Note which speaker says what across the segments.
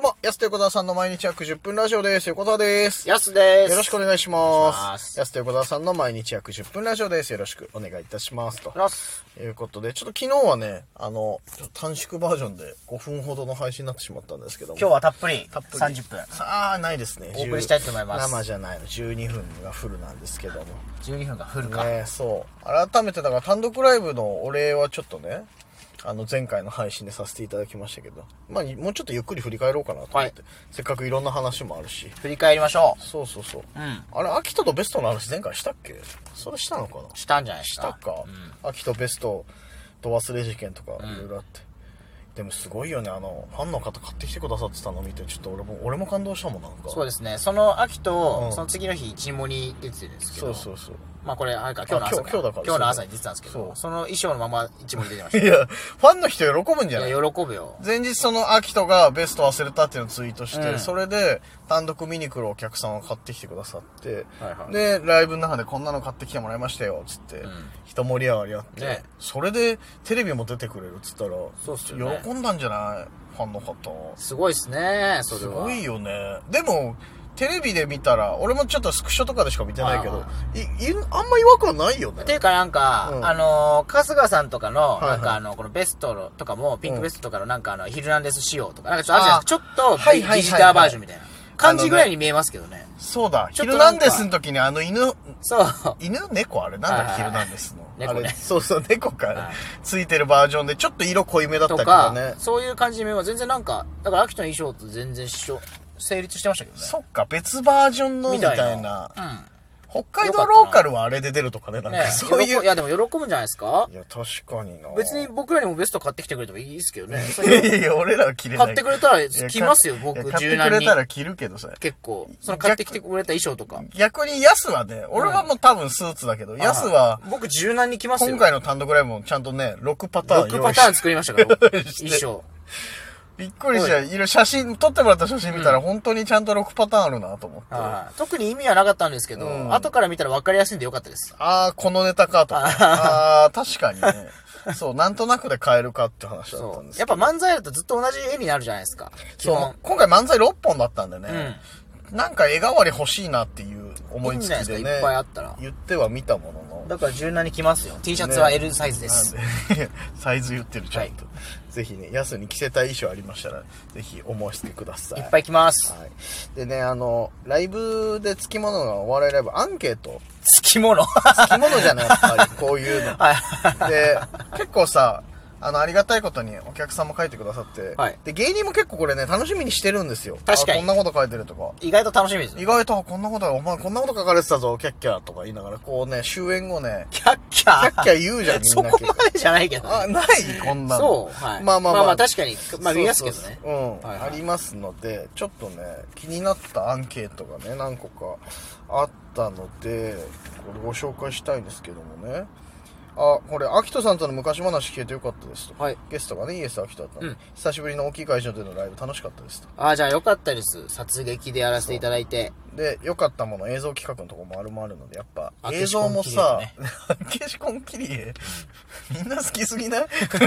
Speaker 1: も、安と横澤さんの毎日約10分ラジオです。横澤です。
Speaker 2: やすです。
Speaker 1: よろしくお
Speaker 2: お願いし
Speaker 1: 願いします。
Speaker 2: お願いします
Speaker 1: 安と横澤さんの毎日約10分ラジオです。よろしくお願いいたします。と
Speaker 2: ます。
Speaker 1: いうことで、ちょっと昨日はね、あの、ちょっと短縮バージョンで5分ほどの配信になってしまったんですけども。
Speaker 2: 今日はたっぷり、
Speaker 1: たっぷり
Speaker 2: 30分。
Speaker 1: ああ、ないですね。
Speaker 2: お送りしたいと思います
Speaker 1: 生じゃないの。12分がフルなんですけども。
Speaker 2: 12分が降るか。
Speaker 1: ね、そう。改めて、だから単独ライブのお礼はちょっとね、あの前回の配信でさせていただきましたけど、まあもうちょっとゆっくり振り返ろうかなと思って、せっかくいろんな話もあるし。
Speaker 2: 振り返りましょ
Speaker 1: そうそうそう。
Speaker 2: う。うん。
Speaker 1: あれ、秋田とベストの話前回したっけそれしたのかな
Speaker 2: したんじゃないです
Speaker 1: し
Speaker 2: か。
Speaker 1: たか、秋とベストと忘れ事件とかいろいろあって、でもすごいよねあのファンの方買ってきてくださってたの見てちょっと俺も俺も感動したもんなんか
Speaker 2: そうですね。その秋
Speaker 1: うん
Speaker 2: と、その次の日、一モに出てるんですけ
Speaker 1: そ
Speaker 2: ど。
Speaker 1: うそうそう
Speaker 2: まあこれ、あれか、今日の朝
Speaker 1: あ今日今日だから
Speaker 2: 今日の朝に出てたんですけ
Speaker 1: そ
Speaker 2: ど、
Speaker 1: う
Speaker 2: その衣装のまま一モに出てまし
Speaker 1: いやファンの人喜ぶんじゃ
Speaker 2: た。
Speaker 1: ない
Speaker 2: い
Speaker 1: い
Speaker 2: や、喜ぶよ。
Speaker 1: 前日その秋とがベスト忘れたっていうのをツイートして、
Speaker 2: うん
Speaker 1: それで単独見に来るお客さんを買ってきてくださって、
Speaker 2: はいはい
Speaker 1: でライブの中でこんなの買ってきてもらいましたよっつって、
Speaker 2: ん
Speaker 1: 人盛り上がりあって、
Speaker 2: ね
Speaker 1: それでテレビも出てくれるっつったら
Speaker 2: そうっすよね
Speaker 1: 喜んだんじゃないファンの方
Speaker 2: すごいですね、それ
Speaker 1: す
Speaker 2: は。
Speaker 1: ごいよねでもテレビで見たら俺もちょっとスクショとかでしか見てないけど
Speaker 2: あ
Speaker 1: いいあんま違和感ないよね
Speaker 2: っていうかなんか、
Speaker 1: うん
Speaker 2: あのー、春日さんとかの、
Speaker 1: いはい
Speaker 2: なんかあの、このベストのとかも、ピンクベストとかのなんかあの、ヒルナンデス仕様とか、なんかちょっとあるじゃ
Speaker 1: あ
Speaker 2: な
Speaker 1: はいい
Speaker 2: で
Speaker 1: はい
Speaker 2: すか、
Speaker 1: はいはい
Speaker 2: ちょっとデジターバージョンみたいな感じぐらいに見えますけどね。
Speaker 1: そうだ「ヒ
Speaker 2: ちょっと
Speaker 1: ル
Speaker 2: な
Speaker 1: ナ
Speaker 2: ん
Speaker 1: ン
Speaker 2: か
Speaker 1: デス」の時にあの犬
Speaker 2: そう。
Speaker 1: 犬猫あれなんだっけ
Speaker 2: はい
Speaker 1: ヒル
Speaker 2: はい
Speaker 1: ナ
Speaker 2: はい
Speaker 1: ンデスの
Speaker 2: 猫ね
Speaker 1: あれそうそう猫か、
Speaker 2: はい
Speaker 1: ついてるバージョンでちょっと色濃いめだった
Speaker 2: と
Speaker 1: りとか
Speaker 2: か、
Speaker 1: ね
Speaker 2: そういう感じに見えます。全然なんか、だから秋田の衣装と全然一緒、成立してましたけどね。
Speaker 1: そっか別バージョンのみたいな
Speaker 2: う
Speaker 1: 北海道ローカルはあれで出るとかねなん
Speaker 2: ん。
Speaker 1: か
Speaker 2: ね
Speaker 1: そうい
Speaker 2: 喜
Speaker 1: う
Speaker 2: ぶいやでも喜ぶんじゃないですか
Speaker 1: いや確かにな
Speaker 2: 別に僕らにもベスト買ってきてくれてもいいですけ どね。そ
Speaker 1: い
Speaker 2: れ
Speaker 1: やいや俺らは着れない
Speaker 2: 買ってくれたら着ますよ、
Speaker 1: いや
Speaker 2: 僕、
Speaker 1: 買って
Speaker 2: 柔
Speaker 1: く
Speaker 2: 軟
Speaker 1: れ
Speaker 2: に
Speaker 1: た。ら着るけどさ
Speaker 2: 結構。その買ってきてくれた衣装とか。
Speaker 1: 逆にヤスはね、俺はもう多分スーツだけど、ヤスは、
Speaker 2: 僕柔軟に着ますよ。
Speaker 1: 今回の単独ライブもちゃんとね、6パターン
Speaker 2: 6
Speaker 1: 用
Speaker 2: パ
Speaker 1: 意
Speaker 2: ターン
Speaker 1: して、
Speaker 2: 作りましたから、僕
Speaker 1: して
Speaker 2: 衣装。
Speaker 1: びっくりした。いろいろ写真、撮ってもらった写真見たら、本当にちゃんと6パターンあるなと思って。あ
Speaker 2: はい特に意味はなかったんですけど、
Speaker 1: うん
Speaker 2: 後から見たら分かりやすいんでよかったです。
Speaker 1: あー、このネタかとか。ああー、確かにね。そう、なんとなくで変えるかって話だった
Speaker 2: そ
Speaker 1: んで
Speaker 2: う。
Speaker 1: す
Speaker 2: やっ
Speaker 1: け
Speaker 2: ぱ
Speaker 1: ど。
Speaker 2: 漫才だとずっと同じ絵になるじゃないですか。基
Speaker 1: そう
Speaker 2: 本。
Speaker 1: 今回漫才6本だったんでね、なんか絵代わり欲しいなっていう思いつき
Speaker 2: い
Speaker 1: で
Speaker 2: いんじゃないですかい
Speaker 1: ね
Speaker 2: っぱいあったら、
Speaker 1: 言っては見たものの。
Speaker 2: だから柔軟に着ますよ。T シャツは L サイズで
Speaker 1: なん
Speaker 2: す。
Speaker 1: で サイズ言ってるちゃんと、ぜひねヤスに着せたい衣装ありましたらぜひ思わせてください
Speaker 2: いっぱい着ます。
Speaker 1: はい、でねあのライブでつきものがお笑いライブアンケート
Speaker 2: つきもの。
Speaker 1: つきものじゃないやっぱりこういうの
Speaker 2: はい。
Speaker 1: で結構さあのありがたいことにお客さんも書いてくださって、
Speaker 2: はい
Speaker 1: で芸人も結構これね楽しみにしてるんですよ
Speaker 2: 確かに
Speaker 1: あこんなこと書いてるとか
Speaker 2: 意外と楽しみです
Speaker 1: 意
Speaker 2: ね。
Speaker 1: 外とあこんなことお前こんなこと書かれてたぞキャッキャーとか言いながらこうね終演後ね
Speaker 2: キャッキ
Speaker 1: キ
Speaker 2: ャ
Speaker 1: ャ
Speaker 2: ー。
Speaker 1: ッキャー言うじ ゃんみんな
Speaker 2: そこまでじゃないけど、
Speaker 1: あ、
Speaker 2: ね。
Speaker 1: ないこんなの。
Speaker 2: そう。はい。
Speaker 1: まあまあまあ。
Speaker 2: 確かに。まあ見ますけど
Speaker 1: そう
Speaker 2: ね
Speaker 1: そう。そううん、
Speaker 2: はいはい
Speaker 1: ありますので、ちょっとね、気になったアンケートがね、何個かあったので、これご紹介したいんですけどもね。あ、これ、秋人さんとの昔話聞けてよかったですと。
Speaker 2: はい
Speaker 1: ゲストがね、イエス・アキトだったので、
Speaker 2: うん
Speaker 1: 久しぶりの大きい会場でのライブ楽しかったですと。
Speaker 2: あ、じゃあよかったです。殺撃でやらせていただいて。
Speaker 1: で、良かったもの、映像企画のとこもあるもあるので、やっぱ、
Speaker 2: あ
Speaker 1: 映像もさ、 消しコンキリ エ、みんな好きすぎない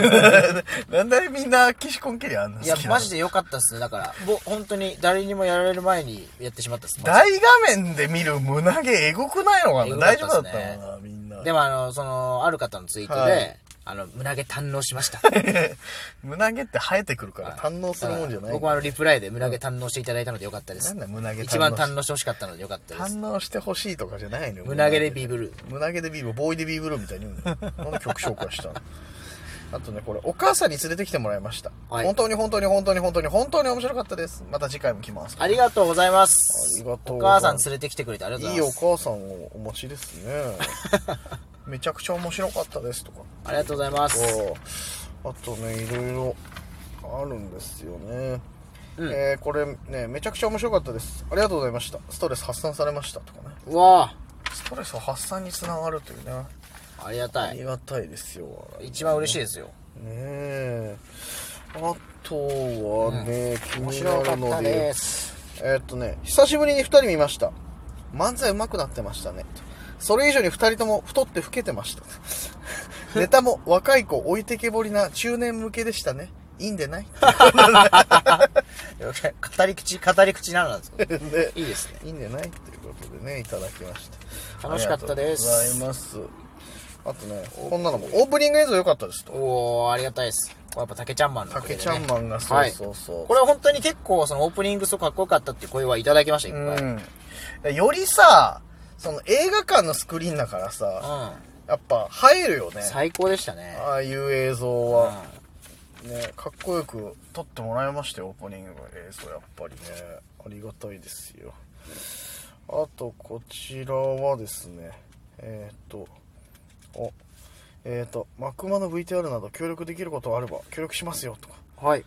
Speaker 1: なんでみんな消しコンキリエあんない好
Speaker 2: や
Speaker 1: き、なの
Speaker 2: マジで良かったっすね。だから、ぼ、本当に誰にもやられる前にやってしまったっす。
Speaker 1: 大画面で見る胸毛エゴくないのか
Speaker 2: エ
Speaker 1: な
Speaker 2: グか
Speaker 1: 大
Speaker 2: っ
Speaker 1: 丈
Speaker 2: たっ
Speaker 1: 夫
Speaker 2: す
Speaker 1: だ
Speaker 2: ね
Speaker 1: ったのかなみんな。
Speaker 2: でもあの、その、ある方のツイートで、
Speaker 1: はい
Speaker 2: あの、胸毛堪能しました。
Speaker 1: 胸毛って生えてくるから堪能するもんじゃない。
Speaker 2: 僕はあの、リプライで胸毛堪能していただいたので良かったで
Speaker 1: な
Speaker 2: す
Speaker 1: ん。だ胸毛堪能
Speaker 2: 一番堪能してほしかったので良かったで
Speaker 1: 堪
Speaker 2: す。
Speaker 1: 能してほしいとかじゃないのよ
Speaker 2: 胸毛でビブルー。
Speaker 1: 胸毛でビーブルボーイでビーブルみたいに言うのよなんで曲紹介したの あとねこれお母さんに連れてきてもらいました、
Speaker 2: はい
Speaker 1: 本当に本当に本当に本当に本当に面白かったですまた次回も来ます
Speaker 2: ありがとうございます。
Speaker 1: ありがとう
Speaker 2: お母さん連れてきてくれてありがとう
Speaker 1: いい
Speaker 2: ござい
Speaker 1: お
Speaker 2: ます。
Speaker 1: 母さんをお持ちです ねめちゃくちゃ面白かったですとか
Speaker 2: ありがとうございます。
Speaker 1: あとねいろいろあるんですよね、
Speaker 2: うん
Speaker 1: えーこれねめちゃくちゃ面白かったですありがとうございましたストレス発散されましたとかね
Speaker 2: うわ
Speaker 1: ストレスを発散につながるというね
Speaker 2: あありが
Speaker 1: あ
Speaker 2: た
Speaker 1: り
Speaker 2: い。
Speaker 1: がたいですよ
Speaker 2: 一番嬉しいですよ。
Speaker 1: ねえあとはね、気
Speaker 2: 面
Speaker 1: に
Speaker 2: 白
Speaker 1: な
Speaker 2: か
Speaker 1: る
Speaker 2: っ
Speaker 1: の
Speaker 2: た
Speaker 1: で
Speaker 2: です。
Speaker 1: えーっとね久しぶりに2人見ました漫才上手くなってましたねそれ以上に2人とも太って老けてま したネタも若い子置いてけぼりな中年向けでしたねいいんでない
Speaker 2: 語り口、語り口なんなんですか
Speaker 1: で
Speaker 2: いいですね。
Speaker 1: いいんじゃないということでねいただきました
Speaker 2: 楽しかったです
Speaker 1: ありがとうございますあとねこんなのもオープニング映像良かったですと
Speaker 2: おー、ありがたいです。やっぱ竹ちゃんマンのおかげで、
Speaker 1: 竹
Speaker 2: ね。
Speaker 1: ちゃんマンがそ
Speaker 2: は
Speaker 1: う
Speaker 2: い
Speaker 1: そうそう、
Speaker 2: これ本当に結構そのオープニングすごくかっこよかったっていう声はいただきました、いっぱい。うん。
Speaker 1: うん、よりさその映画館のスクリーンだからさやっぱ入るよね
Speaker 2: 最高でしたね。
Speaker 1: ああいう映像
Speaker 2: うん
Speaker 1: は、ねかっこよく撮ってもらいましたよオープニングの映像やっぱりねありがたいですよあとこちらはですねえー、っとおえー、っと「マクマの VTR など協力できることがあれば協力しますよ」とか
Speaker 2: はい。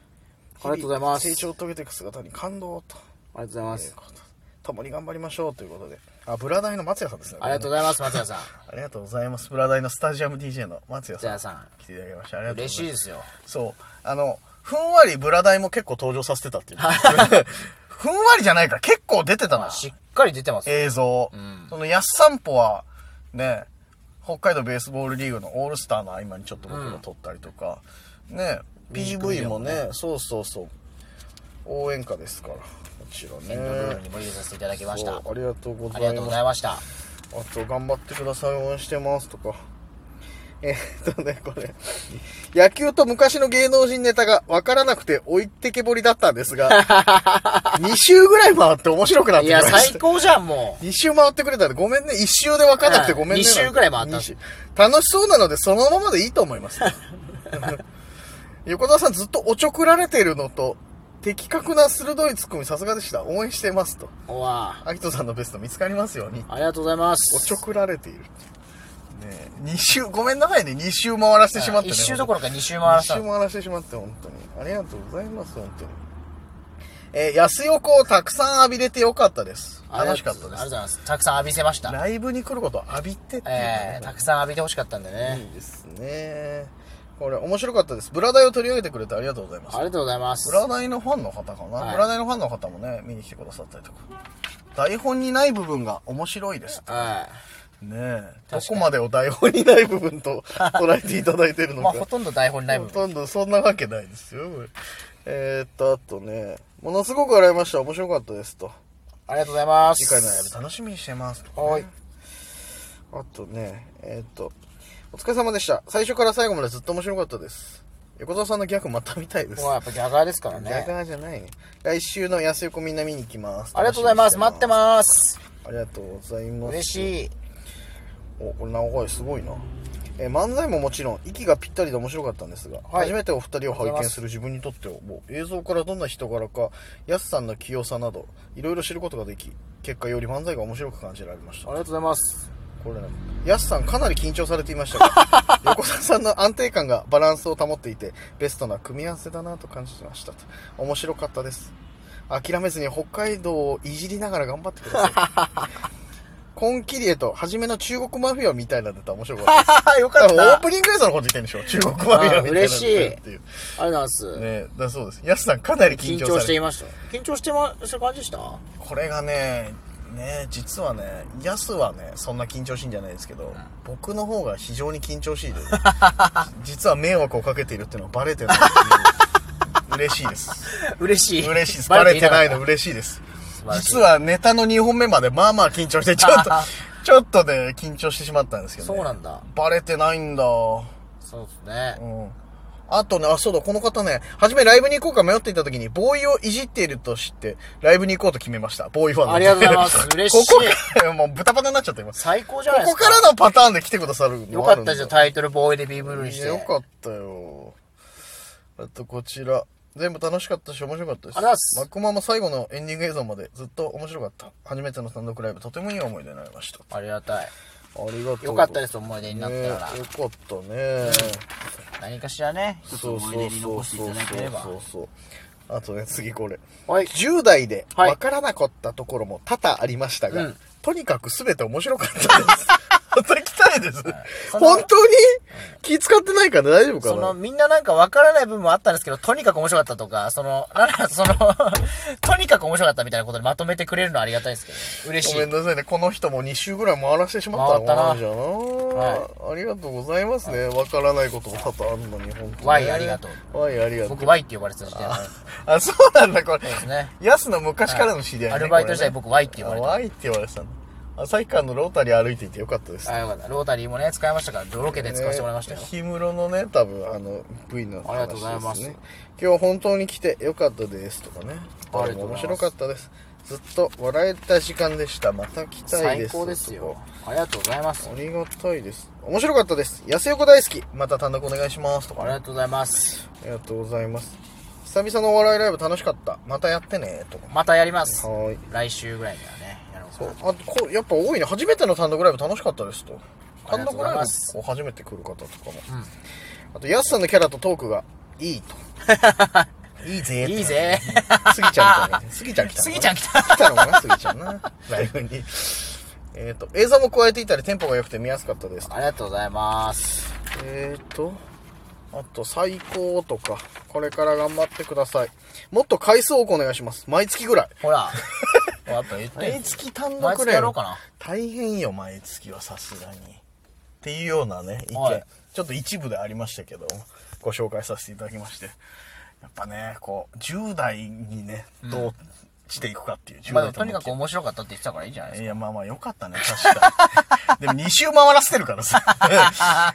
Speaker 2: ありがとうございます。
Speaker 1: 日々成長
Speaker 2: あ
Speaker 1: を遂げていく姿に感動と
Speaker 2: りがとうございま
Speaker 1: いう
Speaker 2: す。
Speaker 1: ことで共に頑張りましょうということであブラダイの松屋さんですね
Speaker 2: ありがとうございます、松屋さん。
Speaker 1: ありがとうございますブラダイのスタジアム DJ の松屋
Speaker 2: 松
Speaker 1: さん
Speaker 2: 屋さん。
Speaker 1: 来ていただきましたありがとうございま
Speaker 2: 嬉
Speaker 1: す
Speaker 2: しいですよ。
Speaker 1: そう。あの、ふんわりブラダイも結構登場させてたっていう。ふんわりじゃないから結構出てたな。
Speaker 2: しっかり出てます。
Speaker 1: 映像。
Speaker 2: ん
Speaker 1: その、やっさんぽは、ね、北海道ベースボールリーグのオールスターの合間にちょっと僕が撮ったりとか、ね、PV もね、そうそうそう。応援歌ですから、もちろんね
Speaker 2: エン。ドロールにも入れさせていただきました。
Speaker 1: そうありがとうご
Speaker 2: あ
Speaker 1: ざ
Speaker 2: りが
Speaker 1: い
Speaker 2: と
Speaker 1: ま
Speaker 2: うご
Speaker 1: す
Speaker 2: ざい。ました。
Speaker 1: あと、頑張ってください、応援してますとか。えーっとね、これ。野球と昔の芸能人ネタが分からなくて置いてけぼりだったんです が、2周ぐらい回って面白くなっ
Speaker 2: い
Speaker 1: てきま
Speaker 2: や、
Speaker 1: し
Speaker 2: 最
Speaker 1: た。
Speaker 2: 高じゃん、もう。
Speaker 1: 2周回ってくれたんで、ごめんね。1周で分からなくてごめんね。
Speaker 2: うん二周ぐらい回った
Speaker 1: 二周楽しそうなので、そのままでいいと思い ます。横田さんずっとおちょくられているのと、的確な鋭いツッコミさすがでした。応援してますと。
Speaker 2: うわ
Speaker 1: 秋人さんのベスト見つかりますように。
Speaker 2: ありがとうございま
Speaker 1: おち
Speaker 2: す
Speaker 1: ょ。くられている。ねえ、2周、ごめんなさいね、2周回らせてしまってね。
Speaker 2: 一周どころか二周
Speaker 1: 回
Speaker 2: 回
Speaker 1: ら
Speaker 2: ら
Speaker 1: し
Speaker 2: せ
Speaker 1: て。
Speaker 2: た
Speaker 1: 2周。回らせてしまって、本当に。ありがとうございます、本当に。えー安横をたくさん浴びれてよかったです。楽しかったで
Speaker 2: あ
Speaker 1: す。
Speaker 2: りがとうございます。たくさん浴びせました。
Speaker 1: ライブに来ることを浴びてっていうのが
Speaker 2: え
Speaker 1: ね、
Speaker 2: ー、たくさん浴びてほしかったんでね。
Speaker 1: いいですね。これ、面白かったです。ブラダイを取り上げてくれてありがとうございます
Speaker 2: あ。りがとうございます
Speaker 1: ブ。ラダイのファンの方かな、
Speaker 2: はい
Speaker 1: ブラダイのファンの方もね、見に来てくださったりとか。台本にない部分が面白いです。
Speaker 2: はい。
Speaker 1: ねえど
Speaker 2: 確かに
Speaker 1: こまでを台本にない部分 と捉えていただいてるの
Speaker 2: ま
Speaker 1: か、
Speaker 2: あ、ほとんど台本ない部
Speaker 1: ほ
Speaker 2: 分。
Speaker 1: とんどそんなわけないですよこれえー、っとあとねものすごく笑いました面白かったですと
Speaker 2: ありがとうございます。
Speaker 1: 次回のライブ楽しみにしてますとかね、
Speaker 2: はい
Speaker 1: あとねえー、っとお疲れ様でした最初から最後までずっと面白かったです横澤さんのギャグまた見たいです
Speaker 2: もうやっぱギャガーですから
Speaker 1: ギャ
Speaker 2: ね。
Speaker 1: ガーじゃないね来週の安横みんな見に行きます
Speaker 2: ありがとうございます。待って
Speaker 1: す
Speaker 2: ます。
Speaker 1: ありがとうございます
Speaker 2: 嬉しい。
Speaker 1: おこれ長いすごいな、えー漫才ももちろん息がぴったりで面白かったんですが、
Speaker 2: はい
Speaker 1: 初めてお二人を拝
Speaker 2: ありがとうござい
Speaker 1: 見
Speaker 2: ます
Speaker 1: る自分にとってはもう映像からどんな人柄かやすさんの器用さなどいろいろ知ることができ結果より漫才が面白く感じられました
Speaker 2: ありがとうございます。
Speaker 1: これねやすさんかなり緊張されていましたが 横澤さんの安定感がバランスを保っていてベストな組み合わせだなと感じましたと面白かったです諦めずに北海道をいじりながら頑張ってくださいコンキリエと初めの中国マフィアみたいなネタ面白かったです
Speaker 2: よ
Speaker 1: だ
Speaker 2: かっ
Speaker 1: か
Speaker 2: た。
Speaker 1: らオー
Speaker 2: ありがとう
Speaker 1: プニング映像のこと言ってんでしょ中国マフィアみたいなの
Speaker 2: 嬉しい
Speaker 1: っていう
Speaker 2: ございます。
Speaker 1: ねだそうですやすさんかなり緊
Speaker 2: 緊
Speaker 1: 張
Speaker 2: 張
Speaker 1: され
Speaker 2: して
Speaker 1: て
Speaker 2: いました。緊張してました感じでした
Speaker 1: これがねね実はねやすはねそんな緊張しいんじゃないですけど、僕の方が非常に緊張しいで 実は迷惑をかけているっていうのはバレてない っていう嬉しいです
Speaker 2: 嬉しい。
Speaker 1: 嬉しいですバレてない
Speaker 2: の。
Speaker 1: の嬉しいです
Speaker 2: 晴らしい
Speaker 1: 実はネタの2本目までまあまあ緊張してちょ っとちょっとね緊張してしまったんですけど、
Speaker 2: そ
Speaker 1: ね、
Speaker 2: うなんだ。
Speaker 1: バレてないんだ
Speaker 2: そうですね。
Speaker 1: うんあとね、あ、そうだ、この方ね、初めライブに行こうか迷っていた時に、ボーイをいじっていると知って、ライブに行こうと決めました。ボーイファンなんで
Speaker 2: ありがとうござい ます嬉しい
Speaker 1: ここから、もう豚バタになっちゃってます。
Speaker 2: 最高じゃ
Speaker 1: こ
Speaker 2: ないで
Speaker 1: こ
Speaker 2: すか。
Speaker 1: からのパターンで来てくださる
Speaker 2: よかったじゃん、
Speaker 1: タ
Speaker 2: タイトル防衛でビームルにして。
Speaker 1: よ
Speaker 2: あ
Speaker 1: かったよ。あと、こちら。全部楽しかったし、面白かったです。
Speaker 2: ありがとうございます
Speaker 1: マックマも最後のエンディング映像までずっと面白かった。初めての単独ライブ、とてもいい思い出になりました。
Speaker 2: りがたい。
Speaker 1: ありがとう。。
Speaker 2: よかったですす、思い出
Speaker 1: ね、
Speaker 2: になった
Speaker 1: よ
Speaker 2: か
Speaker 1: か。
Speaker 2: ら
Speaker 1: ったね。
Speaker 2: 何かしらね、一つ
Speaker 1: そうそ
Speaker 2: 思い出
Speaker 1: う
Speaker 2: に
Speaker 1: そ
Speaker 2: 残
Speaker 1: う
Speaker 2: してい
Speaker 1: そう
Speaker 2: ただければ
Speaker 1: そ。うそうあとね次これ
Speaker 2: はい。
Speaker 1: 10代で
Speaker 2: はい
Speaker 1: 分からなかったところも多々ありましたが、
Speaker 2: うん
Speaker 1: とにかく全て面白かったですまた来たいですね。
Speaker 2: その
Speaker 1: 本当に気使ってないから大丈夫
Speaker 2: そ
Speaker 1: か
Speaker 2: の、
Speaker 1: な
Speaker 2: みんななんかわからない部分もあったんですけど、とにかく面白かったとか、その、なんかその、 とにかく面白かったみたいなことでまとめてくれるのはありがたいですけどね、嬉し
Speaker 1: ご
Speaker 2: い。
Speaker 1: めんなさいね。この人も2週ぐらい回らせてしまったのかな
Speaker 2: 回ったな
Speaker 1: じゃあな、ありがとうございますね。わからないことも多々あるのに、本当に。
Speaker 2: Y ありがとう。
Speaker 1: ワイありがとう。
Speaker 2: 僕 Y って呼ばれてた時代もある
Speaker 1: あ、そうなんだ、これ
Speaker 2: そう。ですね。
Speaker 1: ヤスの昔からの知り合い、ね
Speaker 2: アルバイト時代僕 Y って
Speaker 1: 言
Speaker 2: 呼ば
Speaker 1: わ
Speaker 2: れ
Speaker 1: れ
Speaker 2: て
Speaker 1: た。
Speaker 2: た。
Speaker 1: Y って言われてたの。旭川のロータリー歩いていてよかったです。
Speaker 2: あ、よかった。ロータリーもね、使いましたから、ロケで使わせてもらいましたよ
Speaker 1: ね。氷室のね、多分、あの、V の話です、ね。
Speaker 2: ありがとうございます
Speaker 1: 今日本当に来てよかったですとかね。
Speaker 2: ありがとうございます
Speaker 1: 面白かったです。ずっと笑えた時間でした。また来たいで
Speaker 2: 最
Speaker 1: す。
Speaker 2: 高ですよ。ありがとうございます
Speaker 1: あ。りがたいです。面白かったです。安横大好き。また単独お願いしますと
Speaker 2: あ
Speaker 1: か
Speaker 2: り
Speaker 1: ね。
Speaker 2: がとうございます。
Speaker 1: ありがとうございます。久々のお笑いライブ楽しかった。またやってねとか。
Speaker 2: またやります。
Speaker 1: はーい。
Speaker 2: 来週ぐらいにはね、やろうか
Speaker 1: そ
Speaker 2: な
Speaker 1: うあとこうやっぱ多いね初めての単独ライブ楽しかったですと
Speaker 2: あ
Speaker 1: 単
Speaker 2: りがと
Speaker 1: 独
Speaker 2: うござい
Speaker 1: ライ
Speaker 2: ます
Speaker 1: ブを初めて来る方とかも、あとヤスさんのキャラとトークがいいといいぜ
Speaker 2: いいぜ
Speaker 1: スギちゃんみたいなスギちゃん来た
Speaker 2: スギちゃん来た
Speaker 1: 来たのかなスギちゃんなライブにえっと映像も加えていたりテンポが良くて見やすかったです
Speaker 2: ありがとうございます。
Speaker 1: えっ、とあと最高とかこれから頑張ってくださいもっと回数多くお願いします毎月ぐらい
Speaker 2: ほ ら。やっぱ言ってん
Speaker 1: 毎
Speaker 2: の
Speaker 1: 月単独
Speaker 2: 毎月
Speaker 1: ライ
Speaker 2: や
Speaker 1: ブ
Speaker 2: ろうかな。
Speaker 1: 大変よ毎月はさすがにっていうようなね意見、
Speaker 2: はい
Speaker 1: ちょっと一部でありましたけどご紹介させていただきましてやっぱねこう10代にねどうしていくかっていう、10
Speaker 2: まあ
Speaker 1: 代
Speaker 2: でもとにかく
Speaker 1: 思っ
Speaker 2: 面白かったって言ってたからいいんじゃないで
Speaker 1: て
Speaker 2: す
Speaker 1: いやまあまあよかったね確かにでも2週回らせてるから さ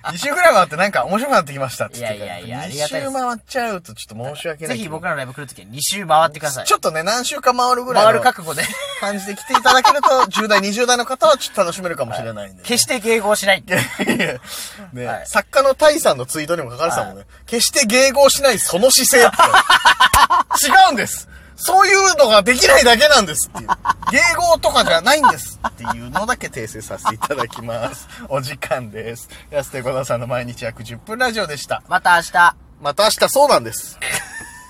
Speaker 1: 2週ぐらい回ってなんか面白くなってきましたっつって
Speaker 2: いやいやいやあ
Speaker 1: 2
Speaker 2: りがたいで
Speaker 1: 週
Speaker 2: す
Speaker 1: 回っちゃうとちょっと申し訳
Speaker 2: か。
Speaker 1: な
Speaker 2: ぜ
Speaker 1: い
Speaker 2: ひ僕らのライブ来るときに2周回ってください。
Speaker 1: ちょっとね何週か回るぐらいの
Speaker 2: 回る覚悟で。
Speaker 1: 感じで来ていただけると、10代、20代の 方はちょっと楽しめるかもしれないんで、
Speaker 2: 決して迎合しないって。
Speaker 1: て。 ね、
Speaker 2: はい
Speaker 1: 作家のタイさんのツイートにも書かれてたもんね。決して迎合しないその姿勢って。 違うんですそういうのができないだけなんですっていう。迎合とかじゃないんですっていうのだけ訂正させていただきます。お時間です。安手小田さんの毎日約10分ラジオでした。
Speaker 2: また明日。
Speaker 1: また明日そうなんです。